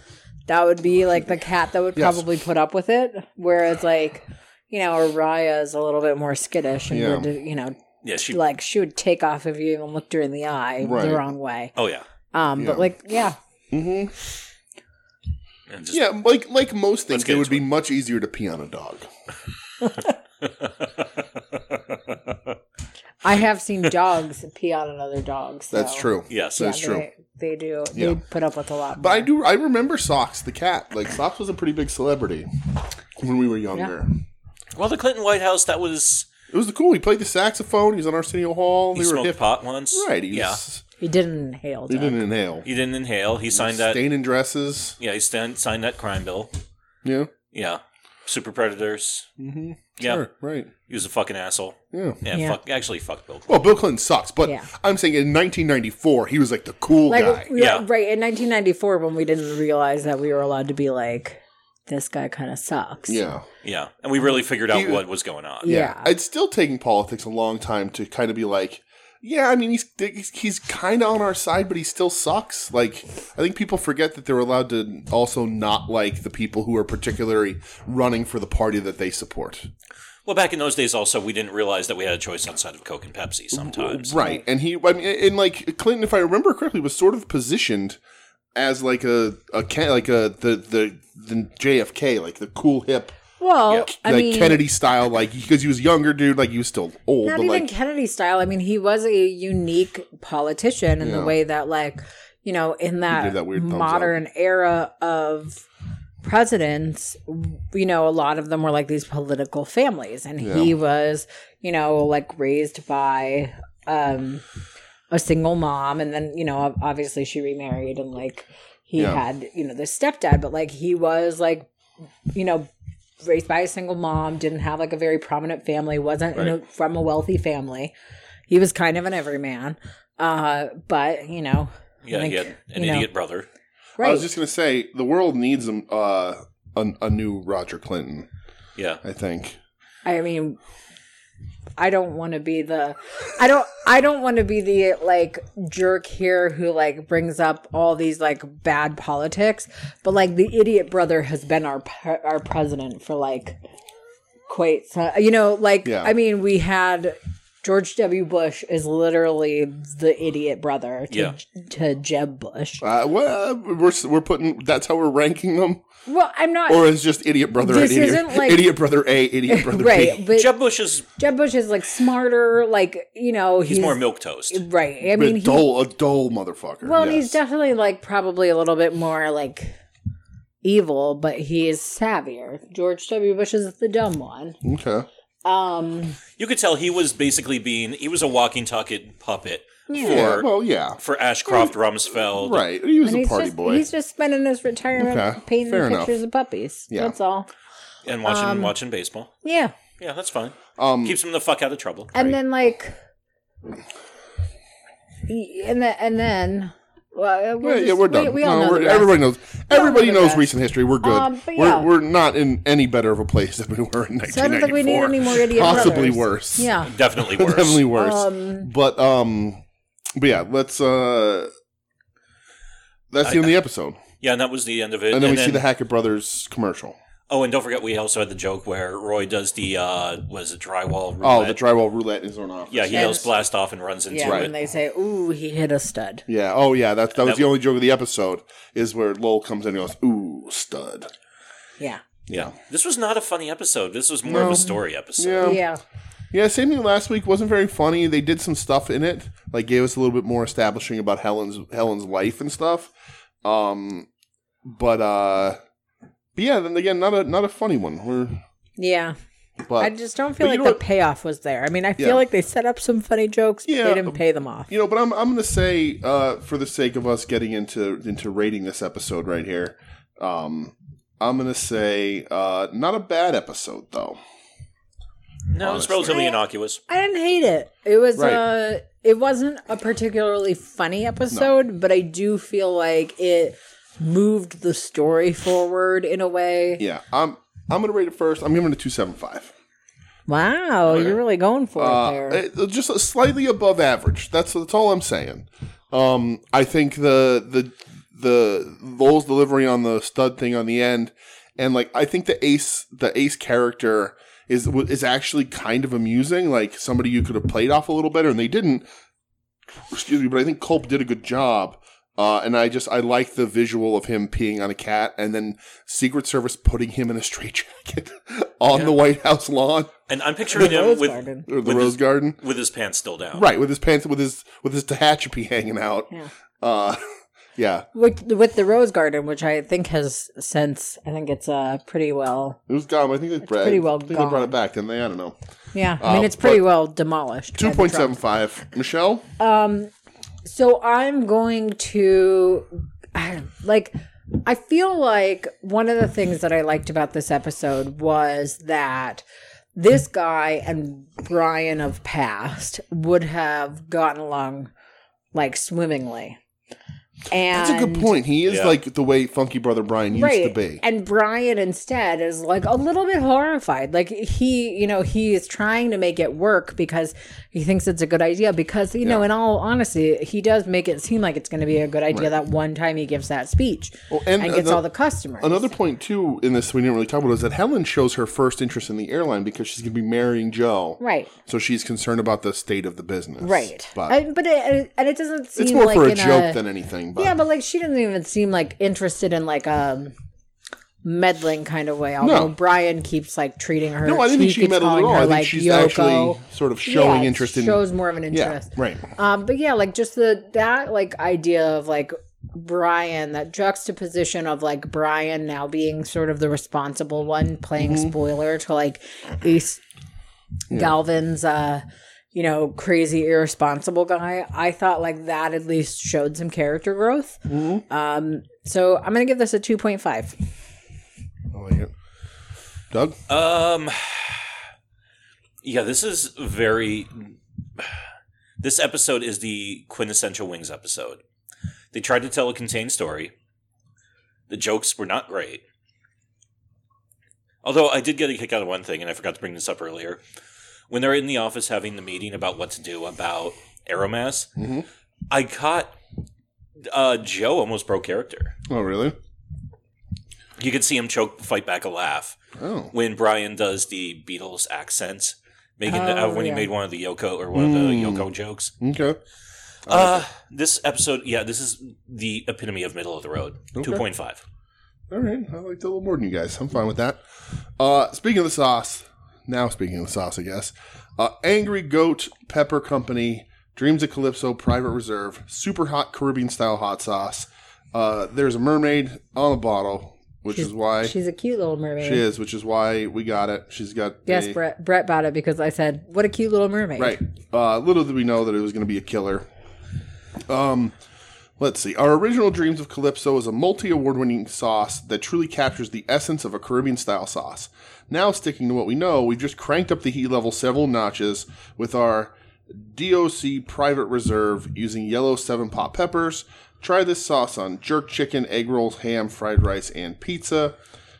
Speaker 3: that would be like the cat that would
Speaker 2: Yes.
Speaker 3: probably put up with it. Whereas like you know, Araya is a little bit more skittish and
Speaker 2: Yeah.
Speaker 3: would you know
Speaker 1: Yeah, she.
Speaker 3: like she would take off if you even looked her in the eye
Speaker 2: Right.
Speaker 3: the wrong way.
Speaker 1: Oh yeah.
Speaker 3: Um,
Speaker 2: Yeah.
Speaker 3: but like yeah,
Speaker 2: Mhm.
Speaker 1: And just,
Speaker 2: Yeah, like like most things,
Speaker 1: get
Speaker 2: it would
Speaker 1: into
Speaker 2: be much easier to pee on a dog.
Speaker 3: I have seen dogs pee on another dog. So.
Speaker 2: That's true.
Speaker 1: Yes.
Speaker 3: Yeah,
Speaker 2: that's true.
Speaker 3: They, they do.
Speaker 2: Yeah.
Speaker 3: They put up with a lot.
Speaker 2: But I
Speaker 3: more.
Speaker 2: do. I remember Socks the cat. Like Socks was a pretty big celebrity when we were younger.
Speaker 1: Well, the Clinton White House. That was.
Speaker 2: It was cool. He played the saxophone. He was on Arsenio Hall.
Speaker 1: He
Speaker 2: they were
Speaker 1: smoked
Speaker 2: hip.
Speaker 1: pot once.
Speaker 2: Right. He,
Speaker 1: yeah.
Speaker 2: was,
Speaker 3: He didn't inhale.
Speaker 2: he
Speaker 3: though.
Speaker 2: didn't inhale.
Speaker 1: He didn't inhale. He signed that.
Speaker 2: Staining dresses.
Speaker 1: Yeah, he stand, signed that crime bill.
Speaker 2: Yeah.
Speaker 1: Yeah. Super predators.
Speaker 2: Mm-hmm.
Speaker 1: Yeah.
Speaker 2: Sure. Right.
Speaker 1: He was a fucking asshole.
Speaker 2: Yeah.
Speaker 1: Yeah.
Speaker 3: Yeah.
Speaker 1: Fuck. Actually, fuck Bill. Clinton.
Speaker 2: Well, Bill Clinton sucks, but
Speaker 3: Yeah.
Speaker 2: I'm saying in 1994 he was like the cool
Speaker 3: like
Speaker 2: guy.
Speaker 3: we-
Speaker 1: Yeah.
Speaker 3: right in 1994 when we didn't realize that we were allowed to be like this guy kind of sucks
Speaker 2: Yeah.
Speaker 1: Yeah. And we really figured out
Speaker 2: He-
Speaker 1: what was going on.
Speaker 3: yeah
Speaker 2: It's still taking politics a long time to kind of be like, yeah, I mean, he's he's, he's kind of on our side, but he still sucks. Like, I think people forget that they're allowed to also not like the people who are particularly running for the party that they support.
Speaker 1: Well, back in those days, also, we didn't realize that we had a choice outside of Coke and Pepsi sometimes.
Speaker 2: Right. And he, I mean, and like Clinton, if I remember correctly, was sort of positioned as like a, a ca- like a, the, the, the JFK, like the cool hip,
Speaker 3: well i
Speaker 2: like
Speaker 3: mean
Speaker 2: Kennedy style, like, because he was younger, dude, like he was still old,
Speaker 3: not
Speaker 2: but
Speaker 3: even
Speaker 2: like,
Speaker 3: kennedy style i mean he was a unique politician in the
Speaker 2: Yeah.
Speaker 3: way that like you know in that,
Speaker 2: gave that weird thumbs up.
Speaker 3: modern era of presidents you know a lot of them were like these political families and he was you know like raised by um a single mom and then you know ob- obviously she remarried and like he
Speaker 2: Yeah.
Speaker 3: had you know this stepdad but like he was like you know raised by a single mom didn't have like a very prominent family wasn't in a, from a wealthy family he was kind of an everyman uh but you know
Speaker 1: Yeah.
Speaker 3: I think,
Speaker 1: he had an
Speaker 3: you know.
Speaker 1: idiot brother.
Speaker 2: I
Speaker 3: right
Speaker 2: was just gonna say the world needs a uh, a, a new Roger Clinton.
Speaker 1: Yeah.
Speaker 2: I think.
Speaker 3: I mean, I don't want to be the, I don't, I don't want to be the like jerk here who like brings up all these like bad politics, but like the idiot brother has been our pre- our president for like quite, so, you know, like
Speaker 2: Yeah.
Speaker 3: I mean, we had George W. Bush is literally the idiot brother to
Speaker 1: Yeah.
Speaker 3: to Jeb Bush.
Speaker 2: Uh, well, we're we're putting that's how we're ranking them,
Speaker 3: Well, I'm not
Speaker 2: or is just idiot brother
Speaker 3: This
Speaker 2: and idiot,
Speaker 3: isn't like-
Speaker 2: idiot brother A, idiot brother
Speaker 3: right,
Speaker 2: B.
Speaker 3: but
Speaker 1: Jeb Bush is
Speaker 3: Jeb Bush is like smarter, like you know,
Speaker 1: he's, more milk toast.
Speaker 3: right. I mean,
Speaker 2: a
Speaker 3: he
Speaker 2: dull, a dull motherfucker.
Speaker 3: Well, and he's
Speaker 2: yes.
Speaker 3: definitely like probably a little bit more like evil, but he is savvier. George W. Bush is the dumb one.
Speaker 2: okay.
Speaker 3: Um,
Speaker 1: You could tell he was basically being he was a walking talking puppet
Speaker 2: Yeah,
Speaker 1: for
Speaker 2: well, yeah,
Speaker 1: for Ashcroft Rumsfeld.
Speaker 2: right. He was
Speaker 3: and
Speaker 2: a
Speaker 3: he's
Speaker 2: party
Speaker 3: just
Speaker 2: boy.
Speaker 3: he's just spending his retirement
Speaker 2: Okay,
Speaker 3: painting
Speaker 2: fair enough.
Speaker 3: pictures of puppies.
Speaker 2: Yeah.
Speaker 3: That's all.
Speaker 1: And watching watching baseball.
Speaker 3: Yeah,
Speaker 1: Yeah, that's fine.
Speaker 2: Um,
Speaker 1: Keeps him the fuck out of trouble.
Speaker 3: and then like, he- and then and then. Well,
Speaker 2: yeah,
Speaker 3: we're
Speaker 2: yeah,
Speaker 3: just-
Speaker 2: we're done.
Speaker 3: We, we all
Speaker 2: No,
Speaker 3: know
Speaker 2: we're-
Speaker 3: the rest.
Speaker 2: everybody knows. Everybody
Speaker 3: the
Speaker 2: knows
Speaker 3: rest.
Speaker 2: recent history. We're good.
Speaker 3: Um, but yeah.
Speaker 2: We're we're not in any better of a place than we were in 1994.
Speaker 3: So I don't think we need any more idiot
Speaker 2: Possibly
Speaker 3: brothers.
Speaker 2: worse.
Speaker 3: Yeah.
Speaker 1: Definitely worse.
Speaker 2: Definitely worse.
Speaker 3: Um,
Speaker 2: but um, but yeah, let's. uh That's the end of the episode,
Speaker 1: Yeah, and that was the end of it.
Speaker 2: and then we see the Hackett Brothers commercial.
Speaker 1: oh, and don't forget we also had the joke where Roy does the uh was it drywall roulette.
Speaker 2: Oh, the drywall roulette is on office.
Speaker 1: yeah, he yells blast off and runs into
Speaker 3: yeah,
Speaker 1: it.
Speaker 2: Right.
Speaker 3: and they say, "Ooh, he hit a stud."
Speaker 2: Yeah. Oh, yeah. That that was
Speaker 1: That-
Speaker 2: the only joke of the episode is where Lowell comes in and goes, "Ooh, stud."
Speaker 3: Yeah,
Speaker 1: Yeah. This was not a funny episode. This was more of a story episode.
Speaker 2: Yeah. yeah.
Speaker 3: yeah.
Speaker 2: Same thing last week. wasn't very funny. They did some stuff in it, like gave us a little bit more establishing about Helen's Helen's life and stuff. Um, but uh, but yeah. Then again, not a not a funny one. We're
Speaker 3: Yeah.
Speaker 2: but
Speaker 3: I just don't feel
Speaker 2: but you
Speaker 3: like
Speaker 2: know
Speaker 3: the
Speaker 2: what-
Speaker 3: payoff was there. I mean, I feel
Speaker 2: Yeah.
Speaker 3: like they set up some funny jokes, but
Speaker 2: Yeah. um,
Speaker 3: they didn't pay them off.
Speaker 2: you know, but I'm I'm gonna say uh, for the sake of us getting into into rating this episode right here, um, I'm gonna say uh, not a bad episode though.
Speaker 1: No, it's
Speaker 2: Honestly.
Speaker 1: relatively innocuous.
Speaker 3: I didn't hate it. It was
Speaker 2: Right.
Speaker 3: uh it wasn't a particularly funny episode, but I do feel like it moved the story forward in a way.
Speaker 2: Yeah, I'm I'm gonna rate it first. I'm giving it a two seven five.
Speaker 3: Wow, you're really going for it
Speaker 2: Oh, Uh,
Speaker 3: there.
Speaker 2: it- just slightly above average. That's that's all I'm saying. Um, I think the the the Lowell's delivery on the stud thing on the end, and like I think the ace the ace character is is actually kind of amusing. Like somebody you could have played off a little better, and they didn't. Excuse me, but I think Culp did a good job. Uh, and I just I like the visual of him peeing on a cat, and then Secret Service putting him in a straitjacket on the White House lawn
Speaker 1: And I'm picturing him
Speaker 3: Rose
Speaker 1: with
Speaker 3: garden.
Speaker 2: or the
Speaker 1: With his-
Speaker 2: Rose Garden.
Speaker 1: with his pants still down.
Speaker 2: Right, with his pants, with his with his tehachapi hanging out.
Speaker 3: Yeah.
Speaker 2: Uh, yeah,
Speaker 3: With, with the rose garden, which I think has since I think it's uh pretty well
Speaker 2: it was gone. I think they brought,
Speaker 3: pretty well
Speaker 2: I think
Speaker 3: gone.
Speaker 2: they brought it back, didn't they? I don't know.
Speaker 3: yeah. I mean
Speaker 2: Uh,
Speaker 3: it's pretty
Speaker 2: but-
Speaker 3: well demolished. by
Speaker 2: Two
Speaker 3: the
Speaker 2: point
Speaker 3: truck.
Speaker 2: seven five. Michelle,
Speaker 3: So I'm going to like I feel like one of the things that I liked about this episode was that this guy and Brian of past would have gotten along like swimmingly. And
Speaker 2: that's a good point. He is
Speaker 1: Yeah.
Speaker 2: like the way Funky Brother Brian used
Speaker 3: Right.
Speaker 2: to be.
Speaker 3: And Brian instead is like a little bit horrified. Like he, you know, he is trying to make it work because he thinks it's a good idea. Because, you know, in all honesty, he does make it seem like it's going to be a good idea that one time he gives that speech
Speaker 2: Well, and
Speaker 3: and, gets
Speaker 2: ano-
Speaker 3: all the customers.
Speaker 2: Another point too in this we didn't really talk about is that Helen shows her first interest in the airline because she's going to be marrying Joe.
Speaker 3: right.
Speaker 2: So she's concerned about the state of the business.
Speaker 3: Right.
Speaker 2: But
Speaker 3: I- but it, and it doesn't seem
Speaker 2: it's more
Speaker 3: like
Speaker 2: for a
Speaker 3: in
Speaker 2: joke
Speaker 3: a,
Speaker 2: than anything. But
Speaker 3: Yeah, but like she doesn't even seem like interested in like um meddling kind of way. Although Brian keeps like treating her.
Speaker 2: no, I didn't
Speaker 3: he
Speaker 2: think she
Speaker 3: keeps
Speaker 2: meddled at
Speaker 3: calling
Speaker 2: all.
Speaker 3: her,
Speaker 2: I think
Speaker 3: like,
Speaker 2: she's
Speaker 3: Yoko.
Speaker 2: actually sort of showing
Speaker 3: Yeah, it
Speaker 2: interest in.
Speaker 3: shows more of an
Speaker 2: yeah,
Speaker 3: interest.
Speaker 2: right.
Speaker 3: Um, but yeah, like just the that like idea of like Brian, that juxtaposition of like Brian now being sort of the responsible one, playing
Speaker 2: Mm-hmm.
Speaker 3: spoiler to like Ace Galvin's uh you know, crazy irresponsible guy. I thought like that at least showed some character growth.
Speaker 2: Mm-hmm.
Speaker 3: Um, so I'm gonna give this a 2.5.
Speaker 2: I like it. Doug.
Speaker 1: Um. Yeah, this is very. This episode is the quintessential Wings episode. They tried to tell a contained story. The jokes were not great. Although I did get a kick out of one thing, and I forgot to bring this up earlier. When they're in the office having the meeting about what to do about Aeromass,
Speaker 2: Mhm.
Speaker 1: I caught uh, Joe almost broke character.
Speaker 2: Oh, really?
Speaker 1: You could see him choke, fight back a laugh.
Speaker 2: Oh.
Speaker 1: when Brian does the Beatles accents, making the, uh,
Speaker 3: Oh,
Speaker 1: when
Speaker 3: yeah. Hmm.
Speaker 1: he made one of the Yoko or one of the
Speaker 2: Mm.
Speaker 1: Yoko jokes.
Speaker 2: Okay.
Speaker 1: Uh, this episode, yeah, this is the epitome of middle of the road.
Speaker 2: Okay.
Speaker 1: Two point five.
Speaker 2: All right. I liked it a little more than you guys. I'm fine with that. Uh, speaking of the sauce, now speaking of the sauce, I guess. Uh, Angry Goat Pepper Company, Dreams of Calypso, Private Reserve, super hot Caribbean style hot sauce. Uh, there's a mermaid on the bottle, which is why she
Speaker 3: She's a cute little mermaid.
Speaker 2: is, which is why we got it. She's got
Speaker 3: Yes,
Speaker 2: a-
Speaker 3: Brett Brett bought it because I said, What a cute little mermaid.
Speaker 2: Right. Uh, little did we know that it was going to be a killer. Um, let's see. Our original Dreams of Calypso is a multi award winning sauce that truly captures the essence of a Caribbean style sauce. Now, sticking to what we know, we've just cranked up the heat level several notches with our DOC Private Reserve using yellow seven pot peppers. Try this sauce on jerk chicken, egg rolls, ham, fried rice, and pizza.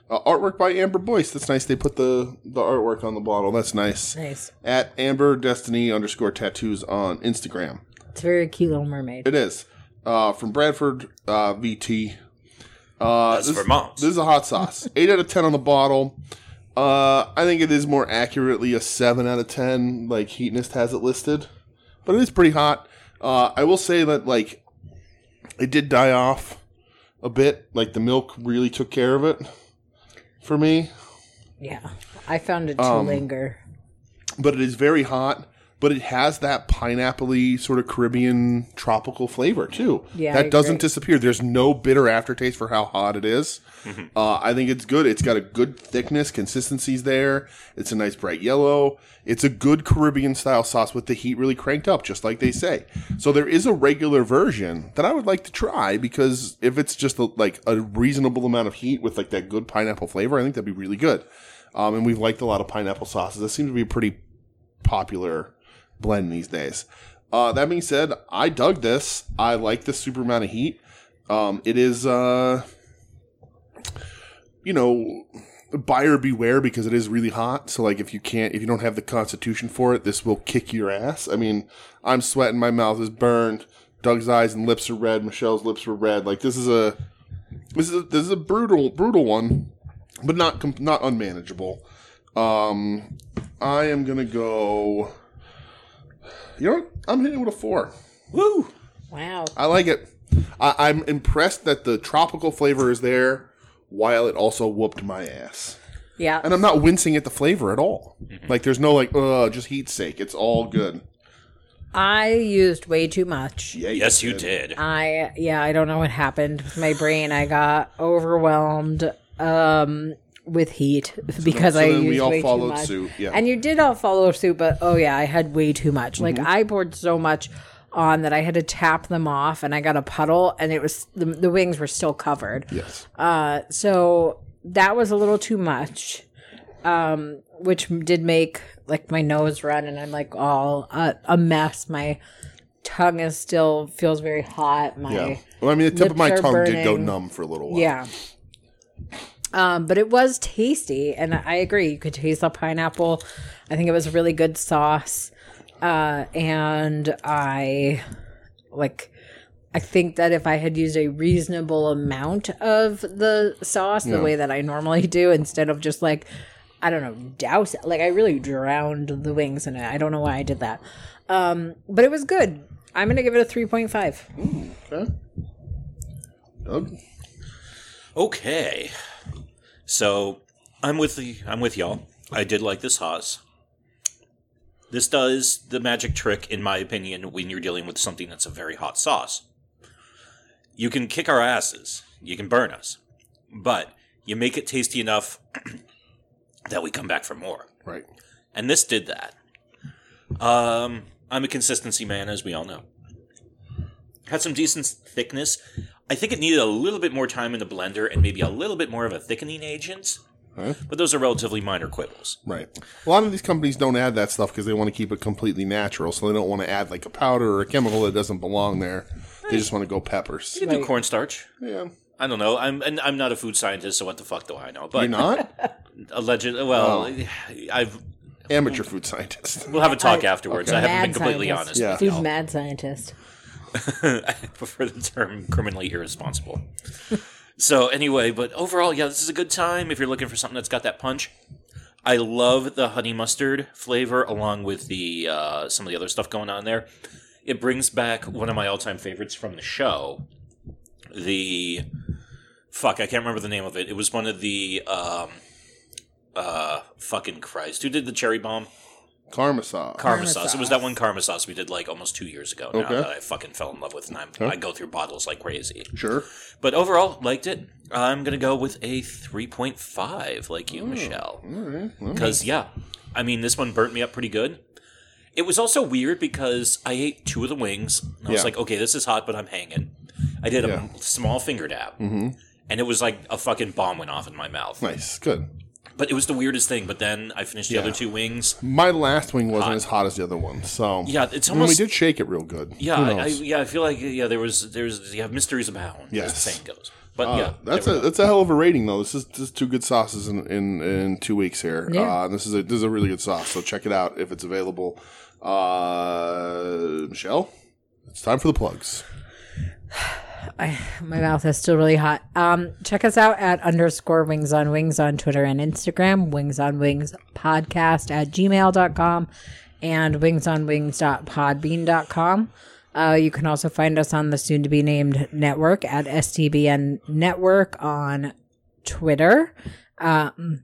Speaker 2: Uh, artwork by Amber Boyce. That's nice. They put the, the artwork on the bottle. That's nice
Speaker 3: Nice.
Speaker 2: at Amber Destiny underscore tattoos on Instagram.
Speaker 3: It's a very cute little mermaid.
Speaker 2: It is uh, from Bradford uh, VT. Uh,
Speaker 1: That's
Speaker 2: this,
Speaker 1: Vermont.
Speaker 2: This is a hot sauce. Eight out of ten on the bottle. Uh, I think it is more accurately a seven out of ten, like Heatnist has it listed, but it is pretty hot. Uh, I will say that like it did die off a bit. Like the milk really took care of it for me.
Speaker 3: Yeah, I found it to
Speaker 2: Um,
Speaker 3: linger.
Speaker 2: but it is very hot. But it has that pineapple-y sort of Caribbean tropical flavor too.
Speaker 3: Yeah,
Speaker 2: that
Speaker 3: I
Speaker 2: doesn't
Speaker 3: agree.
Speaker 2: disappear. There's no bitter aftertaste for how hot it is. Uh, I think it's good. It's got a good thickness, consistency's there. It's a nice bright yellow. It's a good Caribbean style sauce with the heat really cranked up, just like they say. So there is a regular version that I would like to try because if it's just a, like a reasonable amount of heat with like that good pineapple flavor, I think that'd be really good. um, and we've liked a lot of pineapple sauces. That seems to be a pretty popular blend these days. Uh, that being said, I dug this. I like this super amount of heat. Um, it is, uh, you know, buyer beware because it is really hot. So like, if you can't, if you don't have the constitution for it, this will kick your ass. I mean, I'm sweating. My mouth is burned. Doug's eyes and lips are red. Michelle's lips were red. Like this is a, this is a, this is a brutal, brutal one, but not com- not unmanageable. Um, I am gonna go. You know, what? I'm hitting it with a four.
Speaker 1: Woo!
Speaker 3: Wow.
Speaker 2: I like it. I, I'm impressed that the tropical flavor is there, while it also whooped my ass.
Speaker 3: Yeah.
Speaker 2: And I'm not wincing at the flavor at all.
Speaker 3: Mm-hmm.
Speaker 2: Like there's no like, uh, just heat sake. It's all good.
Speaker 3: I used way too much.
Speaker 2: Yeah,
Speaker 1: Yes, you did.
Speaker 3: I yeah, I don't know what happened with my brain. I got overwhelmed um with heat because I
Speaker 2: then
Speaker 3: used
Speaker 2: we all
Speaker 3: way
Speaker 2: followed
Speaker 3: too much.
Speaker 2: suit, yeah.
Speaker 3: And you did all follow suit, but oh yeah, I had way too much.
Speaker 2: Mm-hmm.
Speaker 3: Like I poured so much on that I had to tap them off and I got a puddle and it was the, the wings were still covered.
Speaker 2: Yes.
Speaker 3: Uh, so that was a little too much, um, which did make like my nose run, and I'm like all uh, a mess. My tongue is still feels very hot. My
Speaker 2: Yeah.
Speaker 3: yeah.
Speaker 2: Well, I mean, the tip of my
Speaker 3: lips are
Speaker 2: tongue did go
Speaker 3: burning.
Speaker 2: numb for a little while.
Speaker 3: Um, but it was tasty, and I agree. You could taste the pineapple. I think it was a really good sauce, uh, and I like. I think that if I had used a reasonable amount of the sauce, the way that I normally do, instead of just like, I don't know, douse it, like I really drowned the wings in it. I don't know why I did that, um, but it was good. I'm gonna give it a three point five.
Speaker 2: Okay. Doug?
Speaker 1: Okay. So I'm with the I'm with y'all. I did like this Haas. This does the magic trick, in my opinion, when you're dealing with something that's a very hot sauce. You can kick our asses, you can burn us, but you make it tasty enough that we come back for more.
Speaker 2: Right.
Speaker 1: And this did that. Um, I'm a consistency man, as we all know. Had some decent thickness. I think it needed a little bit more time in the blender and maybe a little bit more of a thickening agent.
Speaker 2: Huh?
Speaker 1: But those are relatively minor quibbles.
Speaker 2: Right. A lot of these companies don't add that stuff because they want to keep it completely natural. So they don't want to add like a powder or a chemical that doesn't belong there. They just want to go peppers.
Speaker 1: You can do
Speaker 3: Right.
Speaker 1: cornstarch.
Speaker 2: Yeah.
Speaker 1: I don't know. I'm and I'm not a food scientist, so what the fuck do I know?
Speaker 2: You're
Speaker 1: But
Speaker 2: not? Oh.
Speaker 1: alleged. Well, I've
Speaker 2: Amateur food scientist.
Speaker 1: we'll have a talk
Speaker 3: I-
Speaker 1: afterwards. I
Speaker 3: okay.
Speaker 1: haven't been
Speaker 3: Mad
Speaker 1: completely honest.
Speaker 3: scientist.
Speaker 2: Yeah.
Speaker 1: with
Speaker 3: Dude's
Speaker 1: y'all.
Speaker 3: mad scientist.
Speaker 1: I prefer the term criminally irresponsible. so anyway, but overall, yeah, this is a good time if you're looking for something that's got that punch. I love the honey mustard flavor along with the uh, some of the other stuff going on there. It brings back one of my all-time favorites from the show. The fuck, I can't remember the name of it. It was one of the um, uh, fucking Christ. Who did the cherry bomb?
Speaker 2: Karma sauce.
Speaker 1: Karma
Speaker 3: Karma
Speaker 1: sauce. It was that one karma sauce we did like almost two years ago now
Speaker 2: Okay.
Speaker 1: that I fucking fell in love with, and I'm, I go through bottles like crazy.
Speaker 2: sure.
Speaker 1: But overall, liked it. I'm gonna go with a 3.5, like you, Michelle,
Speaker 2: Mm. All right. Well,
Speaker 1: because yeah, I mean this one burnt me up pretty good. It was also weird because I ate two of the wings. And I was
Speaker 2: Yeah.
Speaker 1: like, okay, this is hot, but I'm hanging. I did
Speaker 2: Yeah. Mm-hmm.
Speaker 1: a small finger dab, and it was like a fucking bomb went off in my mouth.
Speaker 2: nice. Good.
Speaker 1: But it was the weirdest thing. But then I finished the
Speaker 2: Yeah.
Speaker 1: other two wings.
Speaker 2: My last wing wasn't as hot as the other one. So
Speaker 1: Yeah, it's
Speaker 2: I mean, we
Speaker 1: almost
Speaker 2: did shake it real good.
Speaker 1: Yeah,
Speaker 2: Who
Speaker 1: I, I,
Speaker 2: knows?
Speaker 1: yeah, I feel like yeah, there was there's yeah, mysteries abound. as
Speaker 2: Yes.
Speaker 1: the saying goes. But
Speaker 2: Uh,
Speaker 1: yeah,
Speaker 2: that's
Speaker 1: there
Speaker 2: a
Speaker 1: we go.
Speaker 2: that's a hell of a rating though. This is this is two good sauces in in, in two weeks here.
Speaker 3: Yeah.
Speaker 2: Uh, this is a this is a really good sauce. So check it out if it's available. Uh, Michelle, it's time for the plugs.
Speaker 3: I, my mouth is still really hot. Um, check us out at underscore wings on wings on Twitter and Instagram, wings on wings podcast at gmail.com and wings on wings.podbean.com. Uh, you can also find us on the soon to be named network at STBN network on Twitter. Um,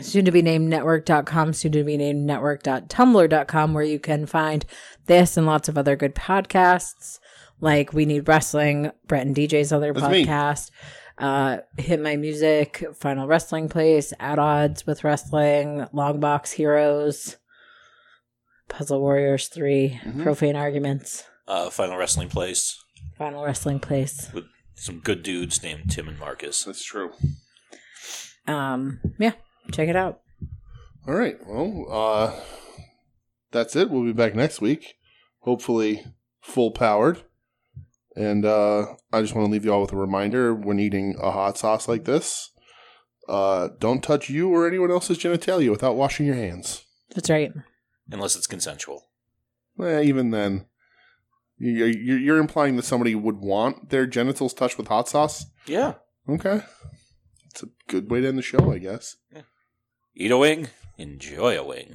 Speaker 3: soon to be named network.com, soon to be named network.tumblr.com, where you can find this and lots of other good podcasts like We Need Wrestling, Brett and DJ's other
Speaker 2: That's me.
Speaker 3: podcast, uh, Hit My Music, Final Wrestling Place, At Odds with Wrestling, Longbox Heroes, Puzzle Warriors 3,
Speaker 2: Mm-hmm.
Speaker 3: Profane Arguments,
Speaker 1: uh, final wrestling place
Speaker 3: Final Wrestling Place.
Speaker 1: with some good dudes named Tim and Marcus.
Speaker 2: That's true.
Speaker 3: Um, yeah. Check it out.
Speaker 2: All right. Well, uh, that's it. We'll be back next week, hopefully full powered. And uh, I just want to leave you all with a reminder when eating a hot sauce like this, uh, don't touch you or anyone else's genitalia without washing your hands.
Speaker 3: That's right.
Speaker 1: unless it's consensual.
Speaker 2: Eh, even then, you- you- you're implying that somebody would want their genitals touched with hot sauce?
Speaker 1: Yeah.
Speaker 2: Okay. It's a good way to end the show, I guess.
Speaker 1: Eat a wing, enjoy a wing.